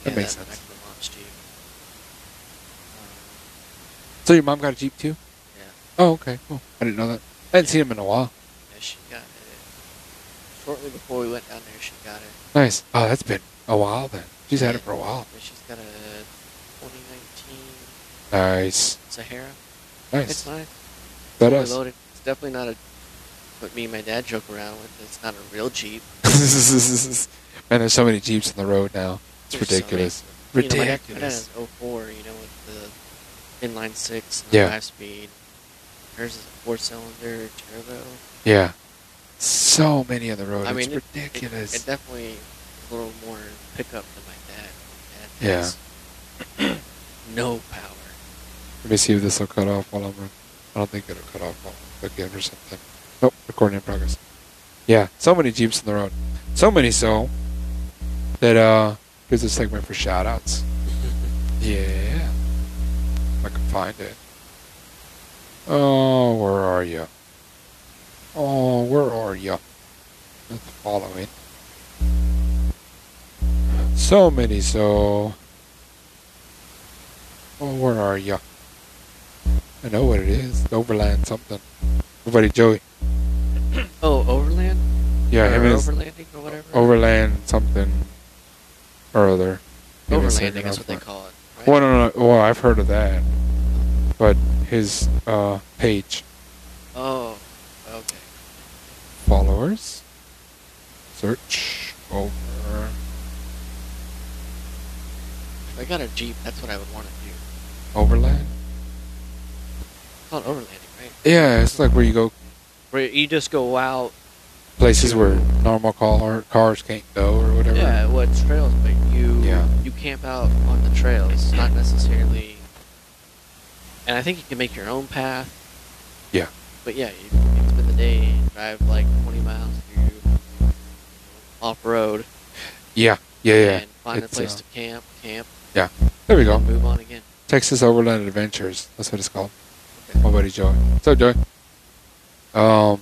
B: That
A: yeah,
B: makes
A: that's
B: sense.
A: back to Um, the mom's Jeep. Um,
B: So your mom got a Jeep too?
A: yeah.
B: Oh, okay. Cool. I didn't know that. I hadn't seen him in a while.
A: Yeah, she got it. Shortly before we went down there, she got it.
B: Nice. Oh, that's been a while then. She's had it for a while.
A: And she's got a 2019
B: Nice.
A: Sahara. It's
B: Nice.
A: nice.
B: Is that
A: Fully
B: us?
A: loaded. It's definitely not a. What me and my dad joke around with. It's not a real Jeep.
B: (laughs) Man, there's so many Jeeps on the road now. It's
A: There's so many-
B: ridiculous.
A: You know, my dad- my dad
B: Ridiculous.
A: has 04, you know, with the inline six and
B: Yeah.
A: the five speed. Hers is a four cylinder turbo.
B: Yeah. So many on the road.
A: I mean,
B: it's
A: it-
B: ridiculous.
A: It definitely a little more pickup than my dad. My dad
B: Yeah.
A: has (clears throat) no power. (laughs)
B: Let me see if this will cut off while I'm running. I don't think it'll cut off while I'm again or something. Nope, recording in progress. Yeah, so many Jeeps on the road. So many so that uh gives us segment for shout outs. Yeah. If I can find it. Oh, where are you? Oh, where are you? Let's follow it. So many so. Oh, where are you? I know what it is. It's Overland something. Everybody, Joey.
A: Oh, overland?
B: Yeah,
A: or
B: him and his
A: overlanding or whatever?
B: Overland something or other. Him and Sagan
A: Overlanding is what they
B: Alpha.
A: call it. Right?
B: Well, no, no, no. Well, I've heard of that, but his uh, page
A: Oh, okay.
B: followers search over.
A: If I got a Jeep, that's what I would want to do.
B: Overland?
A: It's called overlanding, right?
B: Yeah, it's like where you go
A: Where you just go out.
B: places where normal car, cars can't go or whatever.
A: Yeah, well, it's trails, but you
B: Yeah. Mm-hmm.
A: you camp out on the trails, not necessarily. And I think you can make your own path.
B: Yeah.
A: But yeah, you can spend the day and drive like 20 miles through off road
B: Yeah, yeah, yeah.
A: and find a
B: It's,
A: place
B: uh,
A: to camp, camp,
B: There we go.
A: and move on again.
B: Texas Overland Adventures. That's what it's called.
A: Okay.
B: My buddy Joey. What's up, Joey? Um,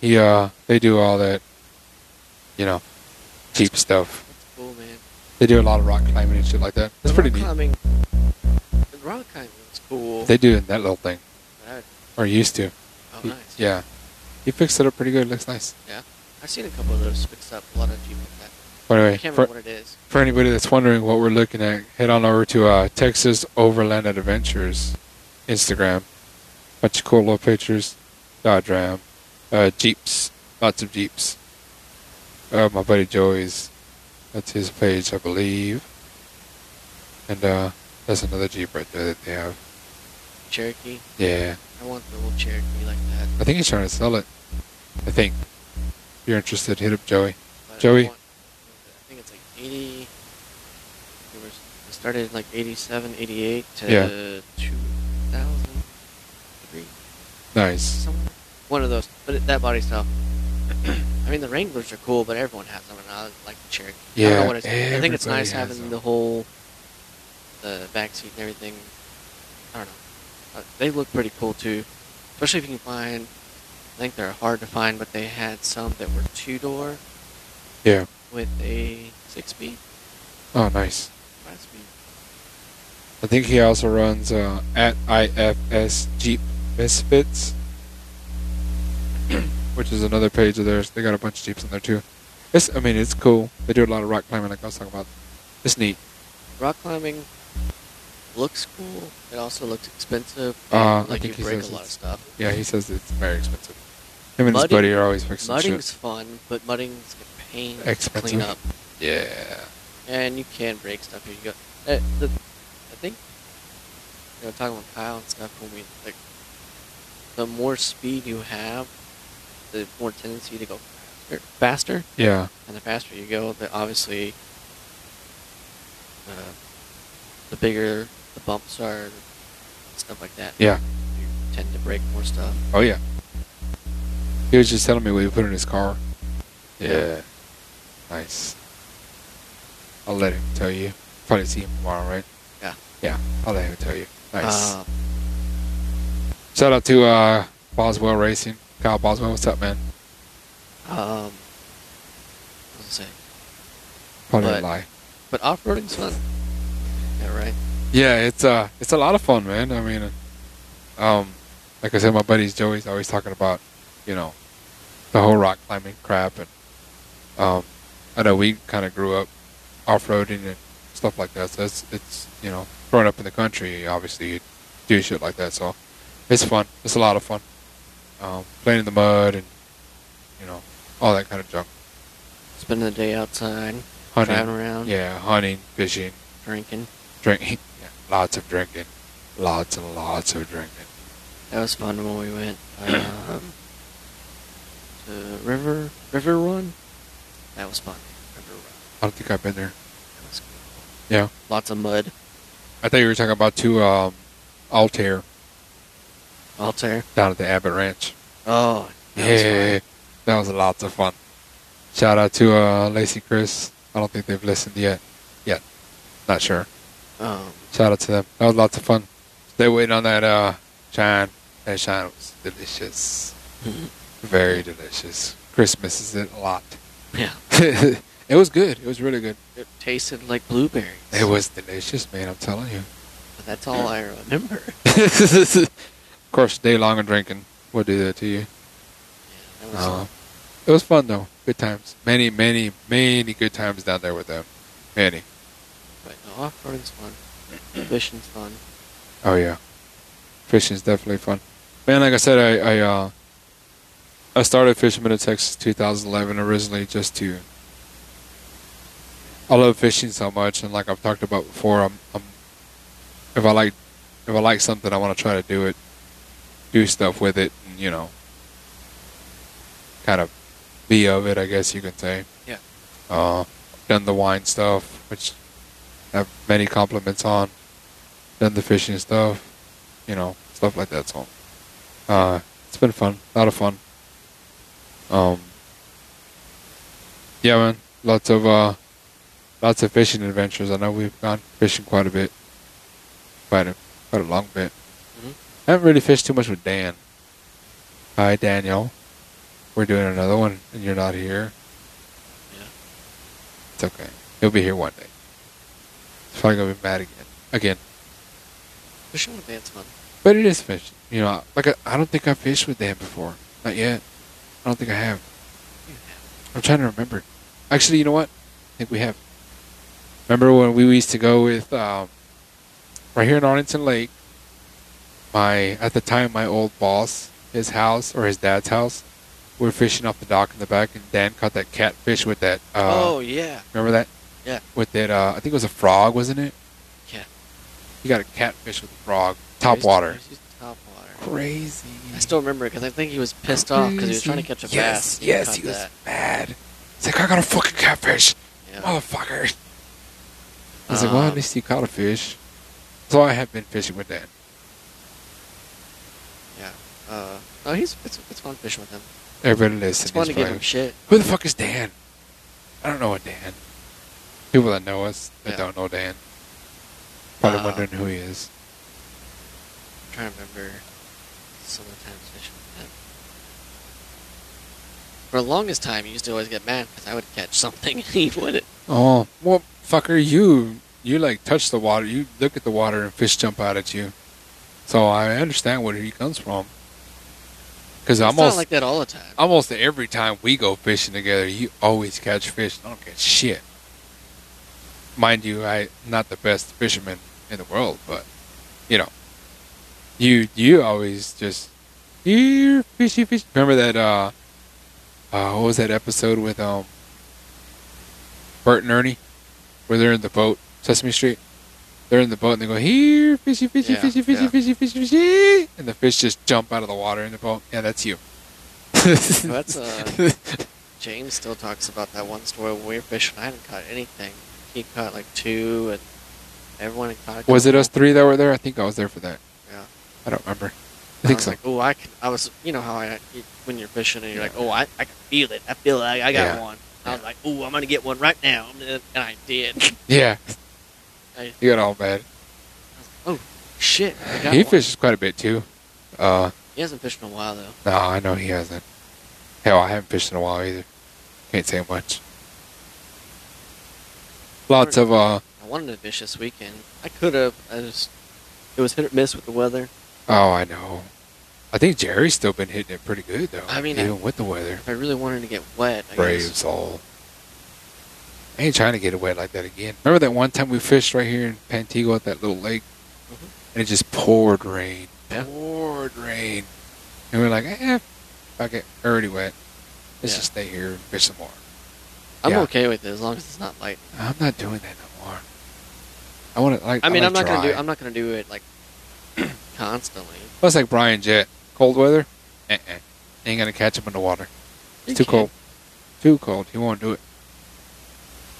B: he uh, they do all that, you know, cheap stuff.
A: That's cool, man.
B: They do a lot of rock climbing and shit like that.
A: The
B: It's Oh. pretty
A: rock
B: neat.
A: Climbing, the rock climbing was cool.
B: They do that little thing,
A: but I-
B: or used to.
A: oh,
B: He-
A: nice.
B: Yeah, he fixed it up pretty good. It looks nice.
A: I've seen a couple of those fixed up. A lot of Jeep like that.
B: But
A: I
B: anyway,
A: can't
B: for,
A: remember what it is.
B: for anybody that's wondering what we're looking at, head on over to uh, Texas Overland Adventures Instagram. Bunch of cool little pictures, Dodge Ram, uh, Jeeps, lots of Jeeps. Uh, my buddy Joey's, that's his page, I believe. And uh, that's another Jeep right there that they have.
A: Cherokee.
B: Yeah,
A: I want the old Cherokee like that.
B: I think he's trying to sell it. I think. If you're interested, hit up Joey.
A: but I
B: Joey?
A: want- I think it's like 80. It was it started in like 87, 88 to
B: Yeah.
A: 2003
B: Nice.
A: somewhere. One of those, but it, that body style. (clears throat) I mean, the Wranglers are cool, but everyone has them, and I like the Cherokee. I, don't
B: Yeah,
A: know what it's, I think it's
B: everybody
A: nice
B: has
A: having
B: them.
A: the whole the back seat and everything. I don't know. Uh, they look pretty cool too, especially if you can find. I think they're hard to find, but they had some that were two door
B: Yeah.
A: with a six speed,
B: Oh, nice.
A: five speed.
B: I think he also runs uh, at IFS Jeep Misfits, (clears throat) which is another page of theirs. They got a bunch of Jeeps on there too. It's, I mean, it's cool. They do a lot of rock climbing, like I was talking about. It's neat.
A: Rock climbing looks cool. It also looks expensive.
B: Uh, I
A: like
B: think he
A: you break a
B: says
A: lot of
B: it's-
A: stuff.
B: Yeah, he says it's very expensive. Him and his
A: Mudding-
B: buddy are always fixing
A: Mudding's
B: shit.
A: fun, but mudding's a pain to
B: Expensive.
A: clean up.
B: Yeah.
A: And you can break stuff if you go. Uh, the, I think, you know, talking with Kyle and stuff, when we, like, the more speed you have, the more tendency to go faster. faster
B: Yeah.
A: and the faster you go, the obviously, uh, the bigger the bumps are, and stuff like that.
B: Yeah.
A: You tend to break more stuff.
B: Oh yeah. He was just telling me what he put in his car.
A: Yeah.
B: Nice. I'll let him tell you. Probably see him tomorrow, right?
A: Yeah.
B: Yeah. I'll let him tell you. Nice.
A: Um,
B: Shout out to uh, Boswell Racing. Kyle Boswell, what's up, man?
A: um, what was I saying?
B: Probably a
A: But-
B: lie.
A: But off roading's fun. Yeah, right.
B: Yeah, it's uh, it's a lot of fun, man. I mean, um, like I said, my buddies Joey's always talking about you know, the whole rock climbing crap. And um, I know we kind of grew up off roading and stuff like that. So it's, it's, you know, growing up in the country, obviously, you do shit like that. So it's fun. It's a lot of fun. Um, playing in the mud and, you know, all that kind of junk.
A: Spending the day outside, driving
B: Hunting.
A: around,
B: Yeah, hunting, fishing,
A: drinking.
B: drinking. Yeah, lots of drinking. Lots and lots of drinking.
A: That was fun when we went um, (coughs) to River River Run. That was fun. River Run.
B: I don't think I've been there.
A: That was cool.
B: Yeah.
A: Lots of mud.
B: I thought you were talking about two um, Altair
A: Altair.
B: down at the Abbott Ranch.
A: Oh, that was fun.
B: Yeah, that was lots of fun. Shout out to uh, Lacey Chris. I don't think they've listened yet. Yet, not sure.
A: Um, (laughs)
B: Shout out to them. That was lots of fun. They waiting on that uh, shine. That shine was delicious. Very delicious. Chris misses it a lot. (laughs)
A: yeah.
B: it was good. It was really good.
A: It tasted like blueberries.
B: It was delicious, man. I'm telling you.
A: But that's all I remember.
B: (laughs) of course, day long of drinking will do that to you.
A: That was
B: Uh, it was fun though. Good times. Many, many, many good times down there with them. Many.
A: But no, off roading's fun. Fishing's fun.
B: Oh yeah. Fishing's definitely fun. Man, like I said, I I, uh, I started Fisherman of Texas 2011 originally just to. I love fishing so much, and like I've talked about before, I'm, I'm if I like if I like something, I want to try to do it, do stuff with it, and you know, kind of be of it, I guess you could say.
A: Yeah.
B: Uh, done the wine stuff, which I have many compliments on. Done the fishing stuff, you know, stuff like that. So, uh, it's been fun, a lot of fun. Um, yeah, man, lots of uh, lots of fishing adventures. I know we've gone fishing quite a bit, quite a quite a long bit.
A: Mhm.
B: I haven't really fished too much with Dan. Hi, Daniel. We're doing another one, and you're not here.
A: Yeah.
B: It's okay. He'll be here one day. He's probably gonna be mad again. Again.
A: Fishing with Dan's fun.
B: But it is fish. You know, like I, I don't think I fished with Dan before. Not yet. I don't think I have.
A: You have.
B: I'm trying to remember. Actually, you know what? I think we have. Remember when we used to go with um, right here in Arlington Lake? My at the time, my old boss, his house or his dad's house, we were fishing off the dock in the back, and Dan caught that catfish with that. Uh,
A: oh yeah,
B: remember that?
A: Yeah.
B: With that, uh, I think it was a frog, wasn't it?
A: yeah.
B: He got a catfish with a frog, top water.
A: He's- he's Top water.
B: Crazy.
A: I still remember it because I think he was pissed off because Oh, he was trying to catch a
B: yes,
A: bass.
B: Yes,
A: caught
B: he was
A: that.
B: mad. He's like, I got a fucking catfish.
A: Yeah.
B: Motherfucker. I was Oh, like, well,
A: Um,
B: at least you caught a fish. So I have been fishing with Dan.
A: Yeah. Uh, no, he's it's, it's fun fishing with him.
B: Everybody listen.
A: It's fun to
B: he's
A: give
B: probably-
A: him shit.
B: Who the fuck is Dan? I don't know a Dan. People that know us that
A: Yeah.
B: don't know Dan. Probably
A: Uh,
B: wondering who he is.
A: I'm trying to remember some of the times fishing with him. For the longest time, he used to always get mad because I would catch something (laughs) and he wouldn't.
B: Oh, well, fucker, you you like touch the water, you look at the water, and fish jump out at you. So I understand where he comes from. Because
A: It's
B: I'm
A: not
B: also
A: like that all the time.
B: almost every time we go fishing together, you always catch fish. I don't catch shit. Mind you, I not the best fisherman in the world, but you know, you you always just you fishy fish. Remember that uh, uh, what was that episode with um, Bert and Ernie, where they're in the boat, Sesame Street. They're in the boat and they go here, fishy, fishy,
A: Yeah,
B: fishy, fishy,
A: yeah.
B: fishy, fishy, fishy, and the fish just jump out of the water in the boat. Yeah, that's you.
A: That's, uh, James still talks about that one story where we were fishing. I hadn't caught anything. He caught like two, and everyone had caught. A
B: (laughs) was it
A: couple.
B: us three that were there? I think I was there for that.
A: Yeah.
B: I don't remember. I
A: I
B: think
A: was
B: so.
A: like, oh, I can. I was, you know how I you- when you're fishing and you're like, oh, I, I can feel it. I feel like I got
B: Yeah.
A: one. I was
B: Yeah.
A: like, oh, I'm gonna get one right now, and and I did.
B: yeah,
A: I-
B: you got all bad.
A: Oh (laughs) shit! I got
B: He
A: one.
B: fishes quite a bit too. Uh,
A: He hasn't fished in a while though.
B: no, I know he hasn't. Hell, I haven't fished in a while either. Can't say much. Lots of uh
A: I wanted to fish this weekend. I could have. I just it was hit or miss with the weather.
B: oh, I know. I think Jerry's still been hitting it pretty good though.
A: I mean,
B: even
A: I-
B: with the weather,
A: If I really wanted to get wet, I guess.
B: Braves all. I ain't trying to get it wet like that again. Remember that one time we fished right here in Pantego at that little lake,
A: Mhm.
B: and it just poured rain,
A: Yeah.
B: poured rain, and we are like, eh, fuck it, already wet. Let's
A: Yeah.
B: just stay here and fish some more.
A: I'm
B: yeah.
A: okay with it as long as it's not light.
B: I'm not doing that no more. I want to like.
A: I mean,
B: like
A: I'm not
B: dry.
A: gonna do. I'm not gonna do it like (clears throat) constantly.
B: Plus, like Brian Jett, cold weather, uh-uh. ain't gonna catch him in the water. It's
A: You
B: too
A: can't-
B: cold. Too cold. He won't do it.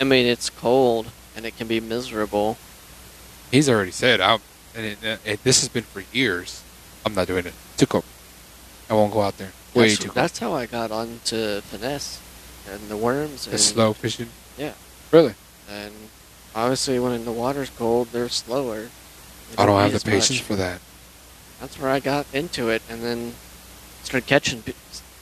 A: I mean, it's cold and it can be miserable.
B: He's already said, "I'm." And it, uh, it, this has been for years. I'm not doing it. Too cold. I won't go out there. Way
A: that's,
B: too cold.
A: that's how I got onto finesse and the worms. And,
B: It's slow fishing.
A: Yeah.
B: Really?
A: And obviously, when the water's cold, they're slower. They
B: I don't have
A: eat
B: the
A: as much.
B: patience for that.
A: That's where I got into it, and then started catching bi-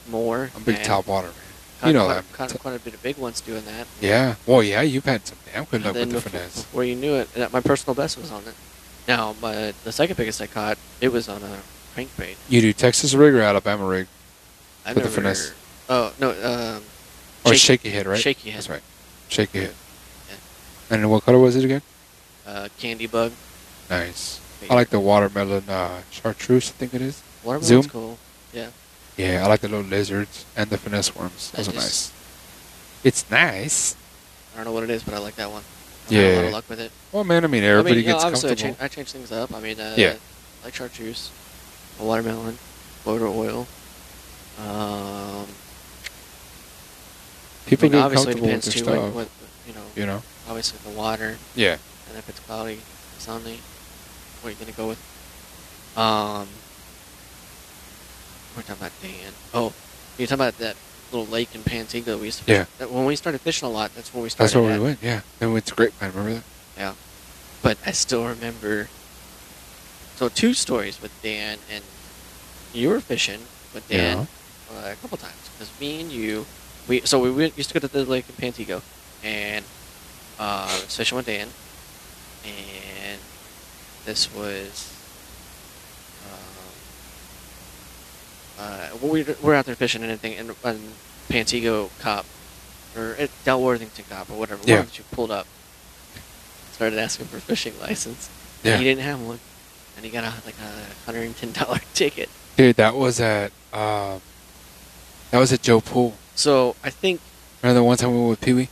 A: more.
B: I'm a big
A: and
B: top water man.
A: caught
B: you know
A: quite,
B: that.
A: Caught quite a bit of big ones doing that.
B: Yeah. Well, yeah. You've had some damn good
A: And
B: luck with
A: then
B: the
A: befo-
B: finesse.
A: Before you knew it, and my personal best was on it. Now, but the second biggest I caught, it was on a crankbait.
B: You do Texas rig or Alabama rig
A: I
B: With the
A: never.
B: finesse.
A: Oh no, um,
B: or shaky,
A: Shaky-
B: head, right?
A: shaky head.
B: That's right. Shaky head.
A: Yeah.
B: And what color was it again?
A: uh, candy bug.
B: Nice. I like the watermelon uh, chartreuse, I think it is.
A: Watermelon's
B: Zoom.
A: cool. Yeah.
B: Yeah, I like the little lizards and the finesse worms.
A: I
B: Those are nice.
A: just-
B: It's nice.
A: I don't know what it is, but I like that one. I've had A lot
B: Yeah.
A: of luck with it.
B: Well, man, I mean,
A: I mean,
B: everybody
A: you know,
B: gets
A: obviously, I
B: comfortable.
A: change, I change things up. I mean, uh,
B: Yeah.
A: I like chartreuse, a watermelon, motor oil. Um,
B: People
A: I mean,
B: get
A: obviously it
B: comfortable with
A: depends
B: their
A: too.
B: stuff.
A: What, what, you know,
B: you know?
A: obviously the water,
B: Yeah.
A: and if it's cloudy, sunny, what are you gonna go with? Um, we're talking about Dan. Oh, you're talking about that little lake in Pantego that we used to. Fish.
B: Yeah.
A: That, when we started fishing a lot, that's where we started.
B: That's where we
A: at.
B: went. Yeah. And we went to Great Pine. Remember that?
A: Yeah. But I still remember. So two stories with Dan and you were fishing with Dan uh, a couple times because me and you, we so we went, used to go to the lake in Pantego, and uh, I was fishing with Dan, and this was. um, Uh, well, we we're out there fishing and anything, and, and Pantego Cop, or uh, Del Worthington Cop, or whatever.
B: Yeah.
A: One that you pulled up, started asking for a fishing license.
B: Yeah.
A: He didn't have one, and he got a, like a hundred and ten dollar (laughs) ticket.
B: Dude, that was at, um, that was at Joe Pool.
A: So I think,
B: Remember the one time we went with Pee Wee?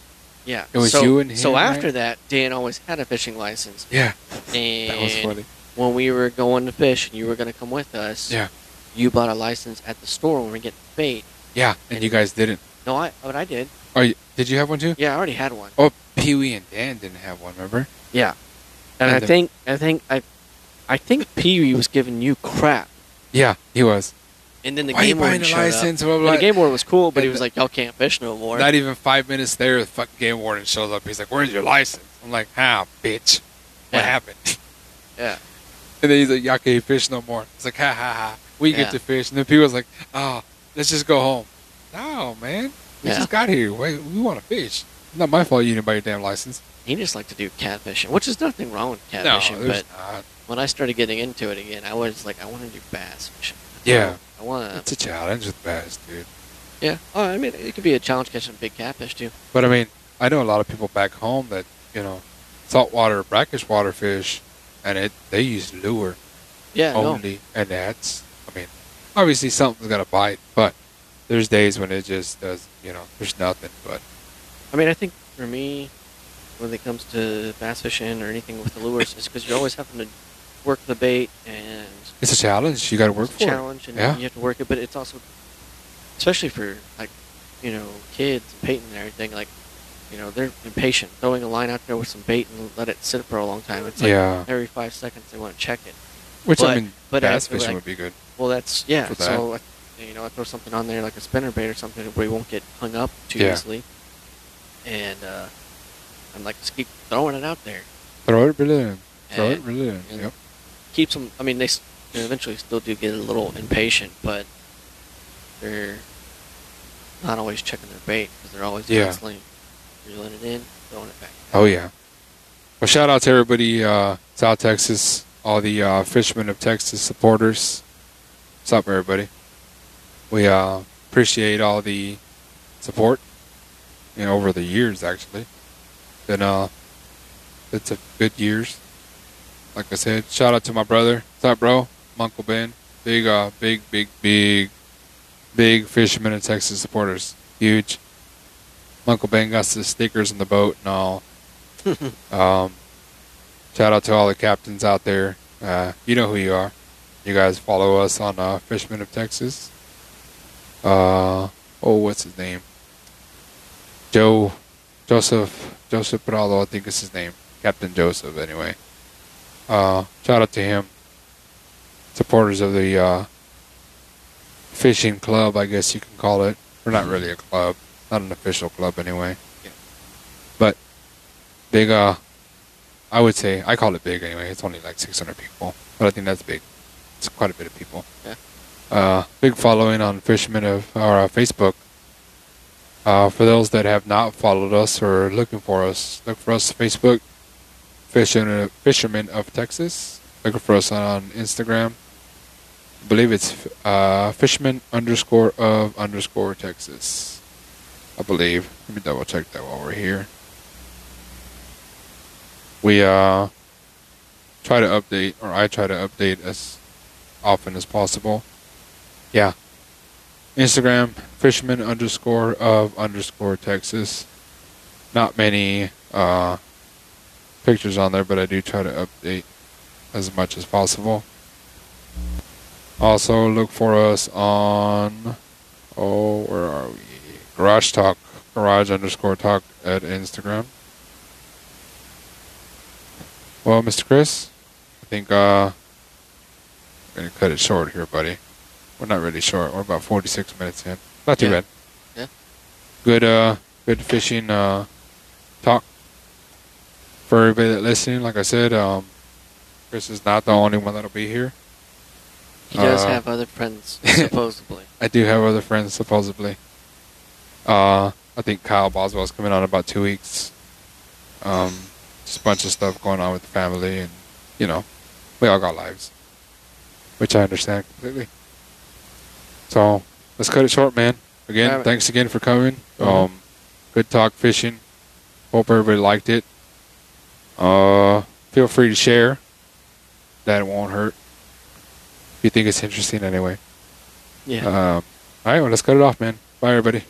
A: yeah.
B: It was
A: so,
B: you and him,
A: So after
B: right?
A: that, Dan always had a fishing license,
B: Yeah.
A: and
B: That was funny.
A: when we were going to fish and you were going to come with us,
B: Yeah.
A: you bought a license at the store when we were getting bait.
B: Yeah. And you guys didn't.
A: No, I, but I
B: (laughs)
A: did.
B: Oh, you, did you have one too?
A: Yeah, I already had one.
B: Oh, Pee Wee and Dan didn't have one, remember?
A: Yeah, and
B: And
A: I
B: the-
A: think, I think, I, I think Pee Wee was giving you crap,
B: Yeah, he was.
A: and then the
B: Why you
A: game
B: buying
A: warden
B: a
A: showed up.
B: license? Blah,
A: And
B: blah,
A: the
B: blah.
A: game warden was cool, but he
B: And
A: was
B: the-
A: like, "Y'all can't fish no more."
B: Not e- even five minutes there, the fucking game warden shows up. He's like, "Where's your license?" I'm like, "Ah, bitch, what
A: Yeah.
B: happened?"
A: yeah,
B: And then he's like, "Y'all can't fish no more." It's like, "Ha ha ha, we
A: Yeah.
B: get to fish." And then people's like, "Ah, let's just go home." No, man, we
A: Yeah.
B: just got here. We, we want to fish. Not my fault you didn't buy your damn license.
A: he just liked to do catfishing, which is nothing wrong with
B: no,
A: catfishing,
B: there's
A: but
B: not.
A: when I started getting into it again, I was like, I want to do bass fishing.
B: Yeah.
A: I want
B: It's
A: to.
B: a challenge with bass, dude.
A: Yeah. Oh, I mean, it could be a challenge catching big catfish too.
B: But I mean, I know a lot of people back home that you know, saltwater, brackish water fish, and it they use lure.
A: Yeah. no.
B: only, and that's. I mean, obviously something's gonna bite, but there's days when it just does. You know, there's nothing. But
A: I mean, I think for me, when it comes to bass fishing or anything with the lures, is because you're always having to work the bait and
B: it's a challenge. You got to work
A: it's
B: for
A: a challenge, and
B: Yeah.
A: you have to work it. But it's also, especially for like, you know, kids and Peyton and everything. Like, you know, they're impatient. Throwing a line out there with some bait and let it sit for a long time. It's
B: it.
A: like
B: yeah,
A: every five seconds they want to check it.
B: which I
A: but-
B: mean,
A: but
B: bass
A: I-
B: fishing
A: like-
B: would be good.
A: Well, that's yeah.
B: For
A: So like, you know, I throw something on there like a spinner bait or something where you won't get hung up too
B: Yeah.
A: easily. And uh, I'm like, just keep throwing it out there.
B: Throw it, reel it in. Throw it,
A: And-
B: reel it in.
A: and
B: Yep.
A: Keeps them. I mean, they, s- they eventually still do get a little impatient, but they're not always checking their bait because they're always
B: Yeah.
A: constantly reeling it in, throwing it back.
B: Oh yeah. Well, shout out to everybody, uh, South Texas, all the uh, fishermen of Texas supporters. What's up, everybody? We uh, appreciate all the support, you know, over the years. Actually, been uh, it's a good years. Like I said, shout out to my brother. What's up, bro? My uncle Ben. Big, uh, big, big, big, big fishermen in Texas supporters. Huge. My uncle Ben got the stickers in the boat and all. um, shout out to all the captains out there. Uh, you know who you are. You guys follow us on uh, Fishermen of Texas. Uh, oh, what's his name? Joe, Joseph, Joseph Prado, I think is his name. Captain Joseph, anyway. Uh, shout out to him. Supporters of the uh, fishing club, I guess you can call it. We're not really a club, not an official club, anyway.
A: Yeah.
B: But big, uh, I would say I call it big anyway. It's only like 600 people, but I think that's big. It's quite a bit of people.
A: Yeah.
B: Uh, big following on Fishermen of our uh, Facebook. Uh, for those that have not followed us or are looking for us, look for us on Facebook, Fishermen Fishermen of Texas. Look for us on Instagram. I believe it's uh, Fishermen underscore of underscore Texas. I believe. Let me double check that while we're here. We uh, try to update, or I try to update as often as possible. Yeah. Instagram, fisherman underscore of underscore Texas. Not many uh, pictures on there, but I do try to update as much as possible. Also, look for us on, oh, where are we? Garage Talk, garage underscore talk at Instagram. Well, Mr. Chris, I think uh, we're going to cut it short here, buddy. We're not really short. We're about 46 minutes in. Not too
A: Yeah.
B: bad.
A: Yeah.
B: Good, uh, good fishing uh, talk for everybody that listening. Like I said, um, Chris is not the only one that'll be here.
A: He does
B: Uh,
A: have other
B: (laughs)
A: friends, supposedly.
B: I do have other friends, supposedly. Uh, I think Kyle Boswell's coming on in about two weeks. Um, just a bunch of stuff going on with the family, and you know, we all got lives, which I understand completely. So let's cut it short, man. Again,
A: Alright.
B: thanks again for coming.
A: Mhm.
B: Um, good talk fishing. Hope everybody liked it. Uh, feel free to share. That won't hurt. If you think it's interesting, anyway.
A: Yeah.
B: Uh-huh. Um, all right, well, let's cut it off, man. Bye, everybody.